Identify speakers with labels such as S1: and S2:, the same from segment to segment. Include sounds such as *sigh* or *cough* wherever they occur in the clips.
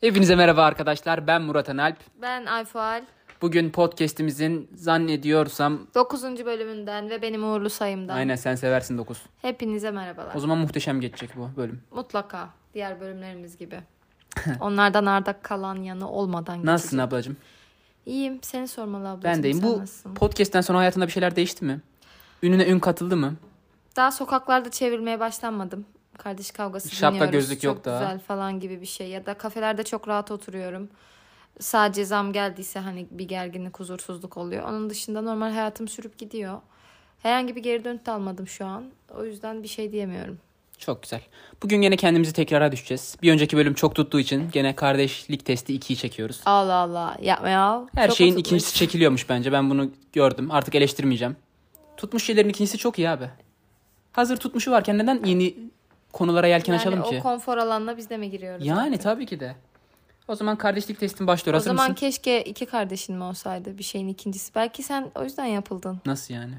S1: Hepinize merhaba arkadaşlar. Ben Murat Analp.
S2: Ben Ayfual.
S1: Bugün podcast'imizin zannediyorsam
S2: 9. bölümünden ve benim uğurlu sayımdan.
S1: aynen sen seversin 9.
S2: Hepinize merhabalar.
S1: O zaman muhteşem geçecek bu bölüm.
S2: Mutlaka diğer bölümlerimiz
S1: *laughs*
S2: gibi. Onlardan arda kalan yanı olmadan
S1: Nasılsın
S2: geçecek.
S1: ablacığım?
S2: İyiyim. Seni sormalı ablacığım.
S1: Ben deyim.
S2: sen
S1: Bu
S2: nasılsın?
S1: podcast'ten sonra hayatında bir şeyler değişti mi? Ününe ün katıldı mı?
S2: Daha sokaklarda çevirmeye başlanmadım. Kardeş kavgası
S1: Şapka
S2: dinliyoruz.
S1: gözlük yok
S2: çok
S1: daha.
S2: güzel falan gibi bir şey. Ya da kafelerde çok rahat oturuyorum. Sadece zam geldiyse hani bir gerginlik, huzursuzluk oluyor. Onun dışında normal hayatım sürüp gidiyor. Herhangi bir geri dönüt de almadım şu an. O yüzden bir şey diyemiyorum.
S1: Çok güzel. Bugün gene kendimizi tekrara düşeceğiz. Bir önceki bölüm çok tuttuğu için gene kardeşlik testi 2'yi çekiyoruz.
S2: Allah Allah yapma ya.
S1: Her
S2: Çok
S1: şeyin
S2: oturtmuş.
S1: ikincisi çekiliyormuş bence. Ben bunu gördüm. Artık eleştirmeyeceğim. Tutmuş şeylerin ikincisi çok iyi abi. Hazır tutmuşu varken neden yeni konulara yelken
S2: yani
S1: açalım
S2: o
S1: ki?
S2: konfor alanına biz de mi giriyoruz?
S1: Yani tabii ki de. O zaman kardeşlik testin başlıyor.
S2: O
S1: Hazır
S2: zaman
S1: mısın?
S2: keşke iki kardeşin mi olsaydı bir şeyin ikincisi. Belki sen o yüzden yapıldın.
S1: Nasıl yani?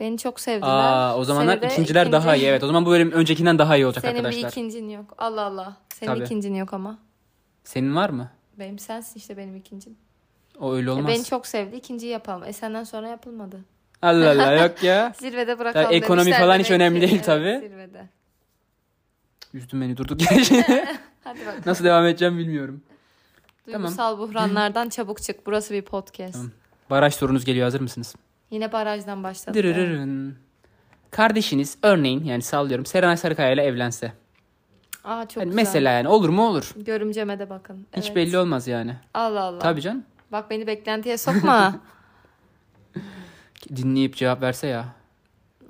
S2: Beni çok sevdiler.
S1: Aa, o zamanlar
S2: Seni de
S1: ikinciler daha iyi. Evet o zaman bu bölüm öncekinden daha iyi olacak
S2: Senin bir
S1: arkadaşlar.
S2: ikincin yok. Allah Allah. Senin
S1: Tabii.
S2: ikincin yok ama.
S1: Senin var mı?
S2: Benim sensin işte benim ikincim.
S1: O öyle olmaz.
S2: Beni çok sevdi. ikinciyi yapalım. E senden sonra yapılmadı.
S1: Allah
S2: *laughs*
S1: Allah yok ya.
S2: Zirvede bırakalım
S1: Tabii ekonomi
S2: demişler
S1: falan hiç
S2: demek
S1: önemli
S2: ki.
S1: değil
S2: Evet,
S1: tabii.
S2: Zirvede.
S1: Üzdün beni durduk yere *laughs* şimdi.
S2: Hadi bak.
S1: Nasıl devam edeceğim bilmiyorum. Tamam.
S2: Duygusal buhranlardan çabuk çık. Burası bir podcast.
S1: Tamam. Baraj sorunuz geliyor hazır mısınız?
S2: Yine barajdan başladık. ya.
S1: Dırırırın. Kardeşiniz örneğin yani sallıyorum Serenay Sarıkaya ile evlense.
S2: Aa çok
S1: Yani
S2: güzel.
S1: mesela yani olur mu olur.
S2: Görümceme de bakın.
S1: Hiç
S2: Evet.
S1: belli olmaz yani.
S2: Allah Allah.
S1: Tabii canım.
S2: Bak beni
S1: *laughs*
S2: beklentiye sokma.
S1: Dinleyip cevap verse ya.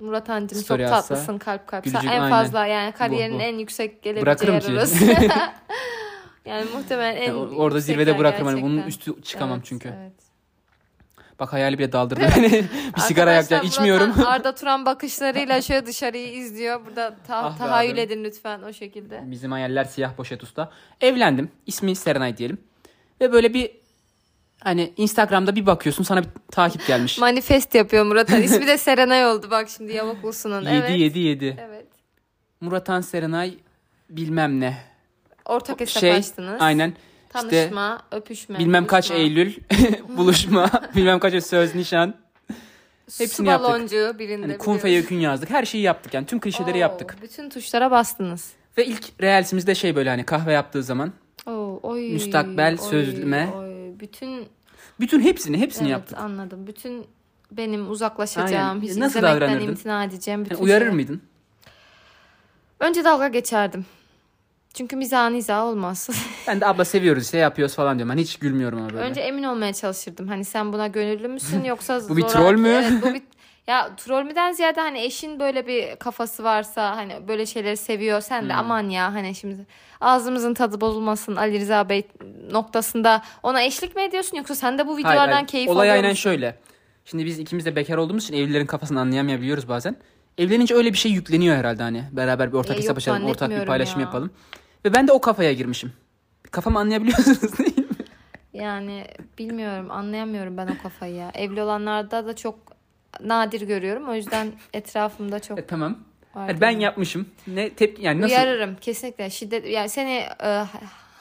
S2: Murat Hancım çok
S1: Story atsa,
S2: tatlısın kalp kalp. Sen
S1: gülücük
S2: en
S1: aynen.
S2: fazla yani kariyerinin
S1: bu.
S2: en yüksek gelebileceği
S1: Bırakırım
S2: yer
S1: ki. *laughs*
S2: orası. *laughs* yani muhtemelen en
S1: Yani or- orada
S2: yüksek
S1: zirvede
S2: yer
S1: bırakırım hani
S2: gerçekten.
S1: bunun üstü çıkamam
S2: Evet,
S1: çünkü.
S2: evet.
S1: Bak hayali bile daldırdı
S2: *laughs*
S1: beni. bir sigara
S2: Arkadaşlar,
S1: yakacağım. içmiyorum.
S2: Murat Han Arda Turan bakışlarıyla şöyle dışarıyı izliyor. Burada ta-
S1: Ah be
S2: tahayyül
S1: abim.
S2: edin lütfen o şekilde.
S1: *laughs* Bizim hayaller siyah poşet usta. Evlendim. İsmi Serenay diyelim. Ve böyle bir hani Instagram'da bir bakıyorsun sana bir takip gelmiş.
S2: Manifest yapıyor Murat Han. İsmi de Serenay oldu bak şimdi Yavuklusu'nun.
S1: 7
S2: Evet.
S1: 7 7.
S2: Evet.
S1: Muratan Serenay bilmem ne.
S2: Ortak hesap
S1: Şey
S2: açtınız.
S1: aynen. işte
S2: Tanışma, öpüşme.
S1: bilmem kaç
S2: buluşma. *laughs*
S1: Eylül *laughs* buluşma, bilmem kaç söz nişan. Hani
S2: Su
S1: Hepsini yaptık.
S2: baloncu birinde
S1: Hani
S2: biliyoruz.
S1: kun feyekün yazdık. Her şeyi yaptık yani tüm klişeleri
S2: Oo,
S1: yaptık.
S2: Bütün tuşlara bastınız.
S1: Ve ilk reelsimizde şey böyle hani kahve yaptığı zaman
S2: Oo, oy,
S1: Müstakbel
S2: oy,
S1: sözlüme.
S2: oy. Bütün
S1: bütün hepsini hepsini
S2: evet,
S1: yaptık.
S2: anladım. Bütün benim uzaklaşacağım,
S1: Aynen.
S2: hiç
S1: Nasıl
S2: izlemekten
S1: davranırdın?
S2: imtina edeceğim. Bütün
S1: Yani uyarır
S2: şeyler.
S1: mıydın?
S2: Önce dalga geçerdim. Çünkü mizahın izahı olmaz. *laughs*
S1: Ben de abla seviyoruz işte yapıyoruz falan diyorum. Ben hiç gülmüyorum ama böyle.
S2: Önce emin olmaya çalışırdım. Hani sen buna gönüllü
S1: *laughs*
S2: müsün yoksa
S1: Bu bir
S2: zoraki-
S1: troll mü?
S2: Evet,
S1: *laughs*
S2: bu bir ya troll müden ziyade hani eşin böyle bir kafası varsa hani böyle şeyleri seviyor sen
S1: Hmm.
S2: de aman ya hani şimdi ağzımızın tadı bozulmasın Ali Rıza Bey noktasında ona eşlik mi ediyorsun yoksa sen de bu
S1: Hayır,
S2: videolardan
S1: hayır.
S2: keyif
S1: Olay
S2: alıyor
S1: aynen
S2: musun?
S1: şöyle. Şimdi biz ikimiz de bekar olduğumuz için evlilerin kafasını anlayamayabiliyoruz bazen. Evlenince öyle bir şey yükleniyor herhalde hani. Beraber bir ortak
S2: E,
S1: hesap
S2: yok,
S1: açalım, ortak bir
S2: zannetmiyorum
S1: paylaşım
S2: ya.
S1: yapalım. Ve ben de o kafaya girmişim. Kafamı anlayabiliyorsunuz değil mi?
S2: Yani bilmiyorum anlayamıyorum ben o kafayı ya. Evli olanlarda da çok nadir görüyorum. O yüzden etrafımda çok
S1: E, tamam.
S2: var.
S1: Hadi ben yapmışım. Ne tepki yani nasıl?
S2: Uyarırım kesinlikle şiddet yani seni e,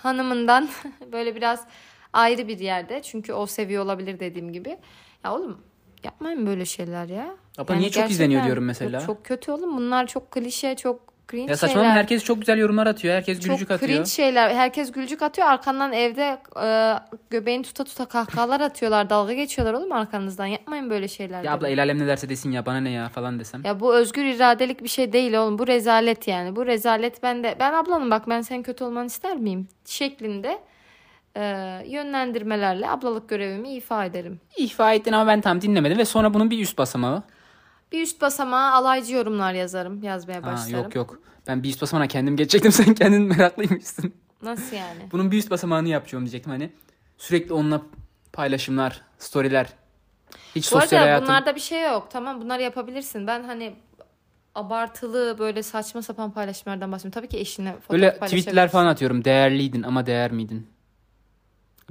S2: hanımından *laughs* böyle biraz ayrı bir yerde çünkü o seviyor olabilir dediğim gibi. Ya oğlum yapmayın böyle şeyler ya.
S1: Ama niye çok izleniyor
S2: gerçekten
S1: diyorum mesela.
S2: Çok, çok kötü oğlum bunlar çok klişe çok cringe
S1: Ya saçmalama
S2: şeyler.
S1: herkes çok güzel yorumlar atıyor. Herkes
S2: çok
S1: gülücük atıyor.
S2: cringe şeyler. Herkes gülücük atıyor. Arkandan evde e, göbeğini tuta tuta kahkahalar atıyorlar. Dalga geçiyorlar oğlum arkanızdan. Yapmayın böyle şeyler.
S1: Ya
S2: dedim.
S1: abla el alem ne derse desin ya bana ne ya falan desem.
S2: Ya bu özgür iradelik bir şey değil oğlum. Bu rezalet yani. Bu rezalet ben de ben ablanım bak ben senin kötü olmanı ister miyim? şeklinde e, yönlendirmelerle ablalık görevimi ifa ederim.
S1: İhfa ettin ama ben tam dinlemedim ve sonra bunun bir üst basamağı.
S2: Bir üst basamağa alaycı yorumlar yazarım. Yazmaya
S1: Ha,
S2: başlarım.
S1: yok yok. Ben bir üst basamağına kendim geçecektim. *laughs* Sen kendin meraklıymışsın. *laughs*
S2: Nasıl yani?
S1: Bunun bir üst basamağını yapacağım diyecektim hani. Sürekli onunla paylaşımlar, storyler. Hiç
S2: Bu
S1: sosyal
S2: arada
S1: hayatım.
S2: bunlarda bir şey yok. Tamam bunları yapabilirsin. Ben hani abartılı böyle saçma sapan paylaşımlardan bahsediyorum. Tabii ki eşine fotoğraf
S1: Böyle
S2: paylaşabilirsin.
S1: tweetler falan atıyorum. Değerliydin ama değer miydin?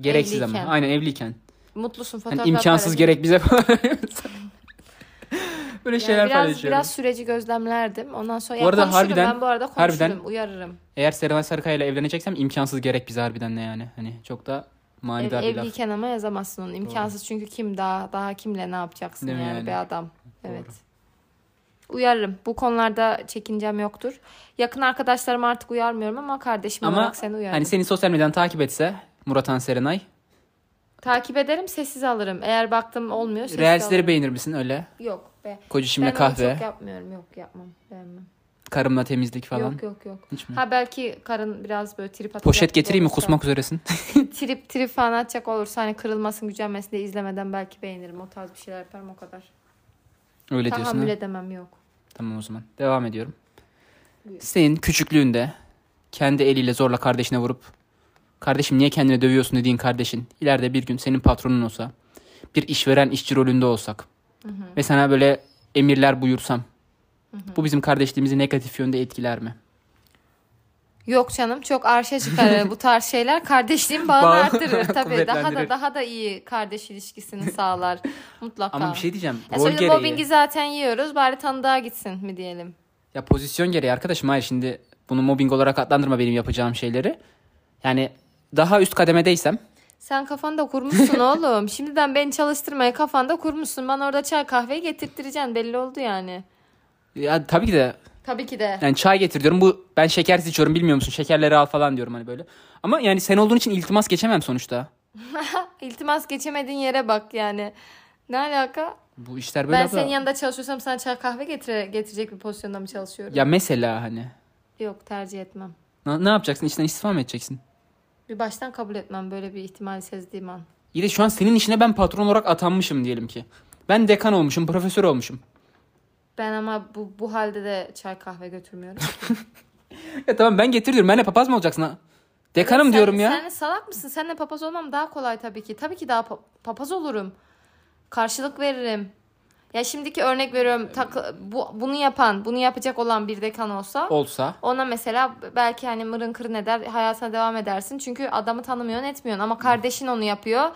S1: Gereksiz
S2: Evliyken.
S1: ama. Aynen evliyken.
S2: Mutlusun fotoğraflar
S1: *laughs* Hani imkansız
S2: paylaş-
S1: gerek bize falan. Böyle
S2: Yani
S1: şeyler
S2: biraz,
S1: paylaşıyorum.
S2: biraz süreci gözlemlerdim. Ondan sonra
S1: Bu
S2: ya
S1: arada
S2: konuşurum.
S1: harbiden-
S2: ben bu arada konuşurum,
S1: harbiden-
S2: uyarırım.
S1: Eğer Serenay Sarıkaya ile evleneceksem imkansız gerek bize harbiden ne yani. Hani çok da
S2: Ev,
S1: manidar Hani bir laf.
S2: evliyken ama yazamazsın onu. İmkansız çünkü kim daha daha kimle ne yapacaksın
S1: Değil mi
S2: yani,
S1: yani?
S2: bir adam. Evet.
S1: Doğru.
S2: Uyarırım. Bu konularda çekincem yoktur. Yakın arkadaşlarım artık uyarmıyorum ama kardeşim
S1: Ama
S2: olarak seni uyarırım.
S1: Hani seni sosyal medyadan takip etse Muratan Serenay.
S2: Takip ederim, sessiz alırım. Eğer baktım olmuyor, sessiz
S1: Reelsleri
S2: alırım.
S1: beğenir misin öyle?
S2: Yok be.
S1: Koca
S2: Ben
S1: şimle
S2: onu
S1: kahve,
S2: çok yapmıyorum. Yok yapmam. Beğenmem.
S1: karımla temizlik falan.
S2: Yok yok yok.
S1: Hiç mi?
S2: Ha belki karın biraz böyle trip atacak.
S1: Poşet
S2: gibi
S1: getireyim mi
S2: olursa-
S1: kusmak üzeresin? *laughs*
S2: trip trip falan atacak olursa hani kırılmasın gücenmesin diye izlemeden belki beğenirim. O tarz bir şeyler yaparım o kadar.
S1: öyle diyorsun
S2: Tahammül
S1: ha.
S2: edemem yok.
S1: Tamam o zaman. Devam ediyorum.
S2: Buyur.
S1: Senin küçüklüğünde kendi eliyle zorla kardeşine vurup kardeşim niye kendini dövüyorsun dediğin kardeşin ileride bir gün senin patronun olsa bir işveren işçi rolünde olsak ve sana böyle emirler buyursam bu bizim kardeşliğimizi negatif yönde etkiler mi?
S2: Yok canım çok arşa
S1: *laughs*
S2: çıkar bu tarz şeyler. Kardeşliğim bağını
S1: Bağ- *laughs*
S2: arttırır tabii. daha da
S1: Kuvvetlendirir.
S2: daha da iyi kardeş ilişkisini
S1: *laughs*
S2: sağlar mutlaka.
S1: Ama bir şey diyeceğim.
S2: Ya
S1: rol
S2: söyle,
S1: gereği.
S2: mobbingi zaten yiyoruz. Bari tanıdığa gitsin mi diyelim.
S1: Ya pozisyon gereği arkadaşım hayır şimdi bunu mobbing olarak adlandırma benim yapacağım şeyleri. Yani daha üst kademedeysem
S2: Sen kafanda
S1: *laughs*
S2: kurmuşsun oğlum. Şimdiden beni çalıştırmaya kafanda kurmuşsun. Bana orada çay kahveyi getirttireceksin belli oldu yani.
S1: ya tabii ki de
S2: Tabii ki de.
S1: Yani çay getir diyorum. Bu ben şekersiz içiyorum bilmiyor musun? Şekerleri al falan diyorum hani böyle. Ama yani sen olduğun için iltimas geçemem sonuçta.
S2: İltimas geçemediğin yere bak yani. Ne alaka?
S1: Bu işler böyle
S2: Ben
S1: abla.
S2: senin yanında çalışıyorsam sana çay kahve getire, getirecek bir pozisyonda mı çalışıyorum?
S1: Ya mesela hani
S2: Yok tercih etmem.
S1: ne, ne yapacaksın? İşten istifa mı edeceksin?
S2: Bir baştan kabul etmem böyle bir ihtimali sezdiğim an.
S1: İyi de şu an senin işine ben patron olarak atanmışım diyelim ki. Ben dekan olmuşum, profesör olmuşum.
S2: Ben ama bu, bu halde de çay
S1: *laughs*
S2: kahve götürmüyorum.
S1: Ya tamam ben getiriyorum. Ben ne papaz mı olacaksın ha? Dekanım
S2: Sen-
S1: diyorum ya.
S2: Sen salak mısın? Seninle papaz olmam daha kolay tabii ki. Tabii ki daha pa- papaz olurum. Karşılık veririm. Ya şimdiki örnek veriyorum. Takı- bu, bunu yapan, bunu yapacak olan bir dekan olsa...
S1: Olsa.
S2: Ona mesela belki hani mırın kırın eder hayatına devam edersin. Çünkü adamı tanımıyorsun etmiyorsun ama kardeşin onu yapıyor.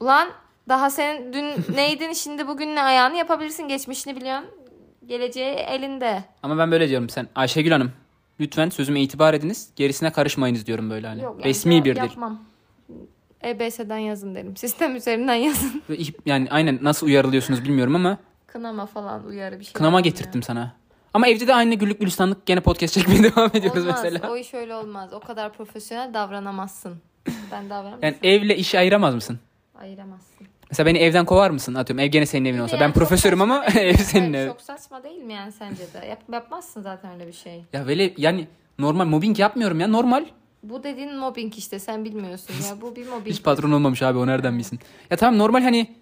S2: Ulan daha
S1: *laughs*
S2: sen dün neydin şimdi bugün ne ayağını yapabilirsin geçmişini biliyorsun. Geleceği elinde.
S1: Ama ben böyle diyorum sen. Ayşegül Hanım lütfen sözüme itibar ediniz. Gerisine karışmayınız diyorum böyle hani.
S2: Yok yani
S1: Resmi
S2: yap-
S1: birdir.
S2: Yapmam. EBS'den yazın derim. Sistem üzerinden yazın. *laughs*
S1: Ve ih- Yani aynen nasıl uyarılıyorsunuz bilmiyorum ama
S2: Kınama falan uyarı bir şey.
S1: Kınama
S2: olmuyor.
S1: *laughs* getirttim sana. Ama evde de aynı güllük gülistanlık gene podcast çekmeye *laughs* devam ediyoruz
S2: Olmaz.
S1: mesela.
S2: O iş öyle olmaz. O kadar profesyonel davranamazsın. Ben davranamazsın.
S1: Yani evle işi ayıramaz mısın?
S2: Ayıramazsın.
S1: Mesela beni evden kovar mısın? Atıyorum ev gene senin evin olsa.
S2: Yani
S1: Ben
S2: çok
S1: profesörüm
S2: saçma
S1: ama
S2: değil mi?
S1: *laughs* ev senin
S2: Hayır,
S1: ev.
S2: Çok saçma değil mi yani sence de? Yap, yapmazsın zaten öyle bir şey.
S1: Ya böyle yani normal mobbing yapmıyorum ya normal.
S2: Bu dediğin mobbing işte sen bilmiyorsun ya. Bu bir mobbing.
S1: Hiç patron olmamış abi o nereden bilsin. Ya tamam normal hani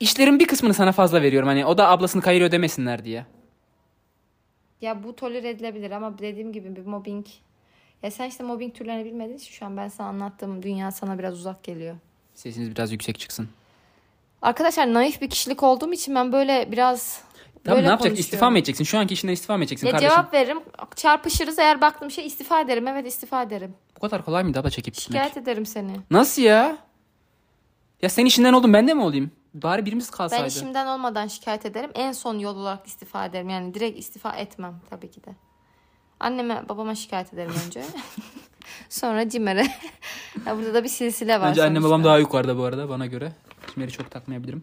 S1: işlerin bir kısmını sana fazla veriyorum. Hani o da ablasını kayırıyor demesinler diye.
S2: Ya bu tolere edilebilir ama dediğim gibi bir mobbing. Ya sen işte mobbing türlerini bilmediğin için şu an ben sana anlattığım dünya sana biraz uzak geliyor.
S1: Sesiniz biraz yüksek çıksın.
S2: Arkadaşlar naif bir kişilik olduğum için ben böyle biraz
S1: Tamam
S2: böyle
S1: ne yapacaksın?
S2: konuşuyorum.
S1: İstifa mı edeceksin? Şu anki işinden istifa mı edeceksin
S2: Ya
S1: kardeşim?
S2: cevap veririm. Çarpışırız. Eğer baktığım şey istifa ederim. Evet istifa ederim.
S1: Bu kadar kolay mıydı abla çekip gitmek?
S2: Şikayet ederim seni.
S1: Nasıl ya? Ya sen işinden oldun ben de mi olayım? Bari birimiz
S2: Ben
S1: kalsaydı.
S2: işimden olmadan şikayet ederim. En son yol olarak istifa ederim. Yani direkt istifa etmem tabii ki de. Anneme babama şikayet ederim önce. *laughs* Sonra Cimer'e. *laughs* ya burada da bir silsile var.
S1: Bence annem
S2: sonuçta.
S1: babam daha yukarıda bu arada bana göre. Cimer'i çok takmayabilirim.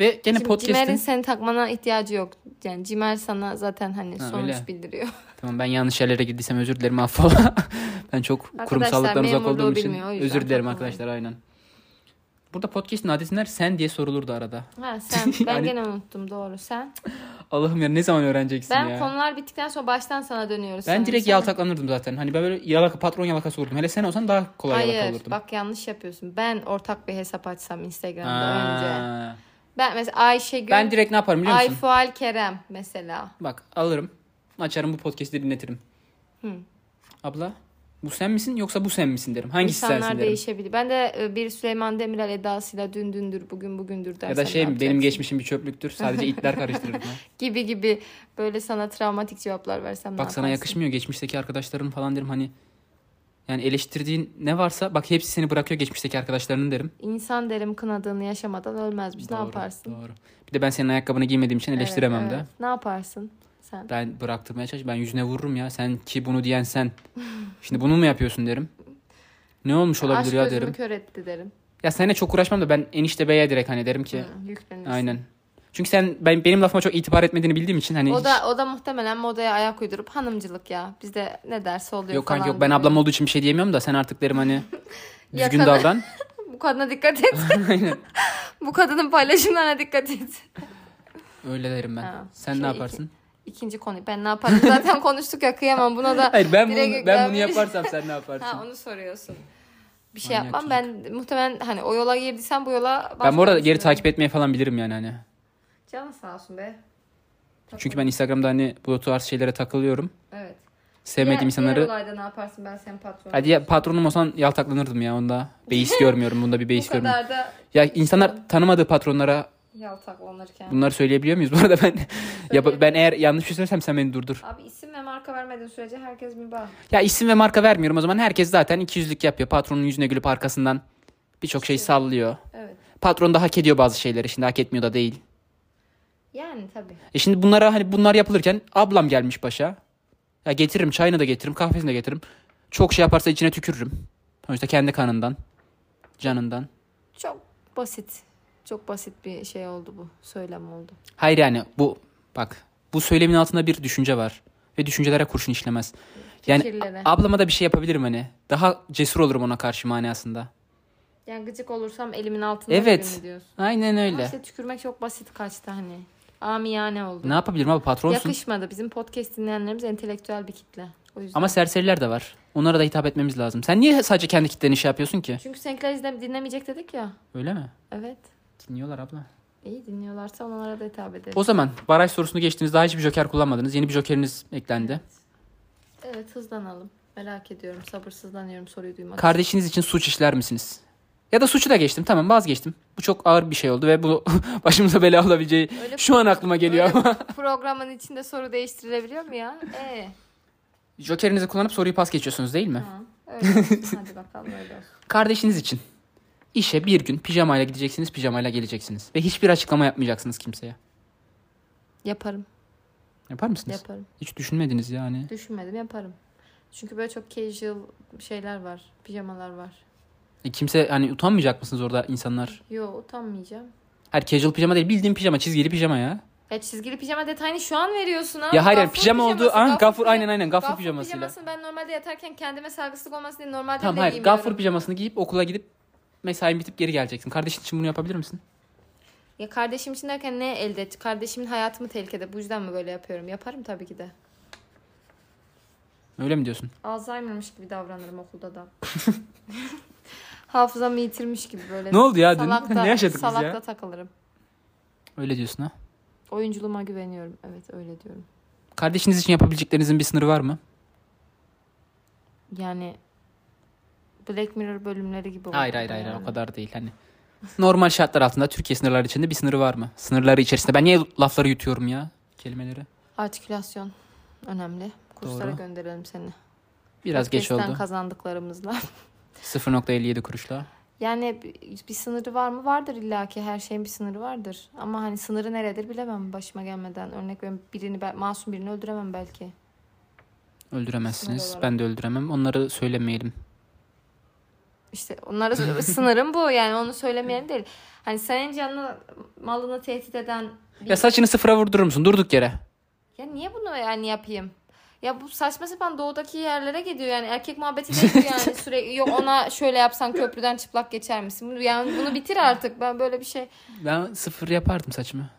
S1: Ve gene
S2: Cim- Cimer'in
S1: podcast'in...
S2: seni takmana ihtiyacı yok. Yani Cimer sana zaten hani
S1: Ha,
S2: sonuç
S1: öyle.
S2: bildiriyor.
S1: Tamam ben yanlış yerlere girdiysem özür dilerim affola. *laughs* ben çok
S2: Arkadaşlar,
S1: kurumsallıktan uzak
S2: memurluğu
S1: olduğum için
S2: bilmiyor, o yüzden
S1: özür dilerim
S2: takılmayın.
S1: arkadaşlar aynen. Burada podcast'in adresinler sen diye sorulurdu arada.
S2: *laughs* Ha sen. *laughs* Ben
S1: Yani-
S2: gene unuttum doğru sen.
S1: Allah'ım ya ne zaman öğreneceksin
S2: Ben
S1: ya?
S2: konular bittikten sonra baştan sana dönüyoruz.
S1: ben
S2: sanırım.
S1: direkt
S2: Sen-
S1: yaltaklanırdım zaten. Hani ben böyle yalaka patron yalakası olurdum. Hele sen olsan daha kolay yalaka
S2: Hayır
S1: olurdum.
S2: bak yanlış yapıyorsun. Ben ortak bir hesap açsam Instagram'da önce.
S1: Aa.
S2: Ben mesela Ayşegül.
S1: Ben direkt ne yaparım biliyor musun?
S2: Ayfual Kerem mesela.
S1: Bak alırım. Açarım bu podcast'i dinletirim. Abla bu sen misin yoksa bu sen misin derim. Hangisi sensin
S2: İnsanlar
S1: derim.
S2: değişebilir. Ben de e, bir Süleyman Demirel edasıyla dün dündür bugün bugündür dersen
S1: Ya da
S2: ne
S1: şey mi, benim
S2: yapacaksın?
S1: geçmişim bir çöplüktür. Sadece itler karıştırır.
S2: *laughs*
S1: mı?
S2: Gibi gibi böyle sana travmatik cevaplar versem ne
S1: Bak sana
S2: yaparsın?
S1: yakışmıyor geçmişteki arkadaşların falan derim hani. Yani eleştirdiğin ne varsa bak hepsi seni bırakıyor geçmişteki arkadaşlarının derim.
S2: İnsan derim kınadığını yaşamadan ölmezmiş. ne
S1: Doğru,
S2: yaparsın?
S1: Doğru. Bir de ben senin ayakkabını giymediğim için eleştiremem
S2: Evet,
S1: de.
S2: evet. Ne yaparsın sen?
S1: Ben bıraktırmaya çalış. Ben yüzüne vururum ya. Sen ki bunu diyen sen. Şimdi bunu mu yapıyorsun derim. Ne olmuş olabilir
S2: Aşk
S1: ya
S2: gözümü
S1: derim.
S2: kör etti derim.
S1: Ya seninle çok uğraşmam da ben enişte beye direkt hani derim ki.
S2: Hı, yüklenirsin.
S1: Aynen. Çünkü sen ben benim lafıma çok itibar etmediğini bildiğim için hani
S2: O
S1: hiç-
S2: da o da muhtemelen modaya ayak uydurup hanımcılık ya. Bizde ne derse oluyor
S1: yok
S2: falan.
S1: kanka yok ben
S2: diyor.
S1: ablam olduğu için bir şey diyemiyorum da sen artık derim
S2: *laughs*
S1: hani düzgün
S2: Yakala-
S1: davran.
S2: Bu kadına dikkat et.
S1: *laughs* Aynen.
S2: Bu kadının paylaşımlarına dikkat et.
S1: Öyle derim ben.
S2: Ha,
S1: sen
S2: şey,
S1: ne
S2: iki-
S1: yaparsın?
S2: İkinci konu. Ben ne yaparım?
S1: *laughs*
S2: Zaten konuştuk ya kıyamam. Buna da
S1: Hayır ben
S2: direkt
S1: bunu, ben bunu
S2: yüklenmiş.
S1: yaparsam sen
S2: *laughs*
S1: ne yaparsın?
S2: Ha onu soruyorsun. Bir şey
S1: Manyak
S2: yapmam. Ben muhtemelen hani o yola girdiysen bu yola
S1: ben bu arada
S2: başka
S1: geri
S2: bir şey-
S1: takip etmeyi falan bilirim yani hani.
S2: Canı sağ olsun be.
S1: Çünkü ben Instagram'da hani bu tarz şeylere takılıyorum.
S2: Evet.
S1: Sevmediğim
S2: Diğer-
S1: insanları
S2: Diğer olayda ne yaparsın ben sen patronum.
S1: Hadi ya patronum olsan yaltaklanırdım ya onda.
S2: *laughs*
S1: Beis görmüyorum bunda bir şey
S2: Bu
S1: beis görmüyorum.
S2: kadar da
S1: Ya insanlar tanımadığı patronlara
S2: yaltaklanırken.
S1: bunları söyleyebiliyor muyuz? Bu arada *laughs* ben ya ben eğer yanlış bir şey söylesem sen beni durdur.
S2: Abi isim ve marka vermediğin sürece herkes mübah.
S1: Ya isim ve marka vermiyorum o zaman herkes zaten 200'lük yapıyor. Patronun yüzüne gülüp arkasından birçok şey sallıyor.
S2: Evet.
S1: Patron da hak ediyor bazı şeyleri şimdi hak etmiyor da değil.
S2: Yani tabii.
S1: E şimdi bunlara hani bunlar yapılırken ablam gelmiş başa. Ya getiririm çayını da getiririm kahvesini de getiririm. Çok şey yaparsa içine tükürürüm. Sonuçta kendi kanından, canından.
S2: Çok basit. Çok basit bir şey oldu bu. Söylem oldu.
S1: Hayır yani bu bak bu söylemin altında bir düşünce var ve düşüncelere kurşun işlemez. Yani
S2: Fikirlere.
S1: a- ablama da bir şey yapabilirim hani. Daha cesur olurum ona karşı manasında.
S2: Yani gıcık olursam elimin altında
S1: Evet.
S2: gibi mi diyorsun?
S1: Aynen
S2: Ama
S1: öyle.
S2: işte tükürmek çok basit kaçtı hani. Amiyane oldu.
S1: Ne yapabilirim abi patronsun.
S2: Yakışmadı. Bizim podcast dinleyenlerimiz entelektüel bir kitle. O yüzden.
S1: Ama serseriler de var. Onlara da hitap etmemiz lazım. Sen niye sadece kendi kitleni şey yapıyorsun ki?
S2: Çünkü seninkiler izle- dinlemeyecek dedik ya.
S1: Öyle mi?
S2: Evet.
S1: Dinliyorlar abla.
S2: İyi dinliyorlarsa onlara da hitap ederiz.
S1: O zaman baraj sorusunu geçtiniz. Daha hiçbir joker kullanmadınız. Yeni bir jokeriniz eklendi.
S2: Evet hızlanalım. Merak ediyorum. Sabırsızlanıyorum soruyu duymak.
S1: Kardeşiniz için suç işler misiniz? Ya da suçu da geçtim. Tamam vazgeçtim. Bu çok ağır bir şey oldu ve bu *laughs* başımıza bela olabileceği
S2: Öyle-
S1: şu an aklıma geliyor
S2: Öyle
S1: ama.
S2: *laughs* Programın içinde soru değiştirilebiliyor mu ya? Ee,
S1: *laughs* Jokerinizi kullanıp soruyu pas geçiyorsunuz değil mi?
S2: tamam. Öyle olsun. Hadi bakalım öyle olsun.
S1: Kardeşiniz için. İşe bir gün pijamayla gideceksiniz, pijamayla geleceksiniz. Ve hiçbir açıklama yapmayacaksınız kimseye.
S2: Yaparım.
S1: Yapar mısınız?
S2: Yaparım.
S1: Hiç düşünmediniz yani.
S2: Düşünmedim yaparım. Çünkü böyle çok casual şeyler var. Pijamalar var.
S1: E kimse hani utanmayacak mısınız orada insanlar?
S2: Yo utanmayacağım.
S1: Her casual pijama değil bildiğin pijama, çizgili pijama ya.
S2: Ya çizgili pijama detayını şu an veriyorsun ha.
S1: ya hayır
S2: Gafur
S1: pijama olduğu
S2: pijaması,
S1: an gafur
S2: pijama-
S1: aynen aynen gafur,
S2: Gafur
S1: pijamasıyla.
S2: pijamasını ben normalde yatarken kendime saygısızlık olmasın diye normalde
S1: Tamam
S2: bile
S1: hayır
S2: giymiyorum.
S1: gafur pijamasını giyip okula gidip mesain bitip geri geleceksin. Kardeşin için bunu yapabilir misin?
S2: Ya kardeşim için derken ne elde et? Kardeşimin hayatımı tehlikede. Bu yüzden mi böyle yapıyorum? Yaparım tabii ki de.
S1: Öyle mi diyorsun?
S2: Alzheimer'mış gibi davranırım
S1: *laughs*
S2: okulda da. Hafızamı yitirmiş gibi böyle.
S1: Ne oldu ya dün? *laughs*
S2: Salakta-
S1: ne yaşadık biz
S2: salakta
S1: ya?
S2: takılırım.
S1: Öyle diyorsun ha.
S2: Oyunculuğuma güveniyorum. Evet öyle diyorum.
S1: Kardeşiniz için yapabileceklerinizin bir sınırı var mı?
S2: Yani Black Mirror bölümleri gibi oldu.
S1: Hayır hayır
S2: bu
S1: hayır
S2: yani.
S1: o kadar değil hani. Normal şartlar altında Türkiye sınırları içinde bir sınırı var mı? Sınırları içerisinde. Ben niye lafları yutuyorum ya kelimeleri?
S2: Artikülasyon önemli. Kurslara
S1: Doğru.
S2: gönderelim seni.
S1: Biraz geç
S2: Podcast'ten
S1: oldu.
S2: kazandıklarımızla. *laughs*
S1: 0.57 kuruşla.
S2: Yani bir- bir sınırı var mı? Vardır illaki her şeyin bir sınırı vardır. Ama hani sınırı neredir bilemem başıma gelmeden. Örnek veriyorum birini bel- masum birini öldüremem belki.
S1: Öldüremezsiniz.
S2: Sınır olarak.
S1: Ben de öldüremem. Onları söylemeyelim.
S2: İşte
S1: *laughs*
S2: onlara sö- sınırım bu yani onu söylemeyelim değil. Hani senin canını malını tehdit eden bir...
S1: Ya saçını sıfıra vurdurur musun? Durduk yere.
S2: Ya niye bunu yani yapayım? Ya bu saçma sapan doğudaki yerlere gidiyor yani erkek muhabbeti değil bu
S1: *laughs*
S2: yani sürekli yok ona şöyle yapsan köprüden çıplak geçer misin? Bunu- Yani bunu bitir artık ben böyle bir şey.
S1: Ben sıfır yapardım saçımı.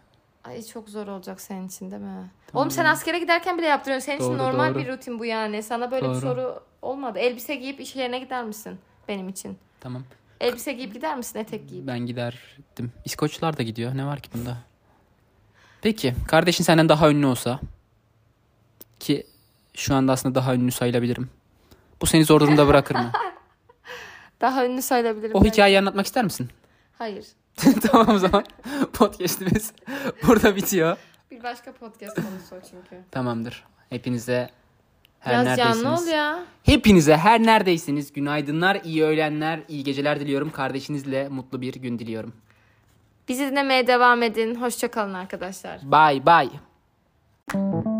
S2: Ay çok zor olacak senin için değil mi? Oğlum sen askere giderken bile yaptırıyorsun. Senin için
S1: Doğru,
S2: normal
S1: doğru.
S2: bir rutin bu yani. Sana böyle bir
S1: Doğru.
S2: soru olmadı. Elbise giyip iş yerine gider misin benim için?
S1: Tamam.
S2: Elbise giyip gider misin etek giyip?
S1: Ben giderdim. İskoçlar da gidiyor. Ne var ki bunda? Peki. Kardeşin senden daha ünlü olsa ki şu anda aslında daha ünlü sayılabilirim. Bu seni zor durumda bırakır mı?
S2: Daha ünlü sayılabilirim.
S1: O
S2: belki.
S1: hikayeyi anlatmak ister misin?
S2: Hayır.
S1: *laughs* tamam o zaman. Podcast'imiz burada bitiyor.
S2: Bir başka podcast konusu o çünkü.
S1: Tamamdır. Hepinize Her
S2: Biraz
S1: neredeyseniz.
S2: canlı ol ya.
S1: Hepinize her neredeyseniz günaydınlar, iyi öğlenler, iyi geceler diliyorum. Kardeşinizle mutlu bir gün diliyorum.
S2: Bizi dinlemeye devam edin. Hoşçakalın arkadaşlar.
S1: Bye bye.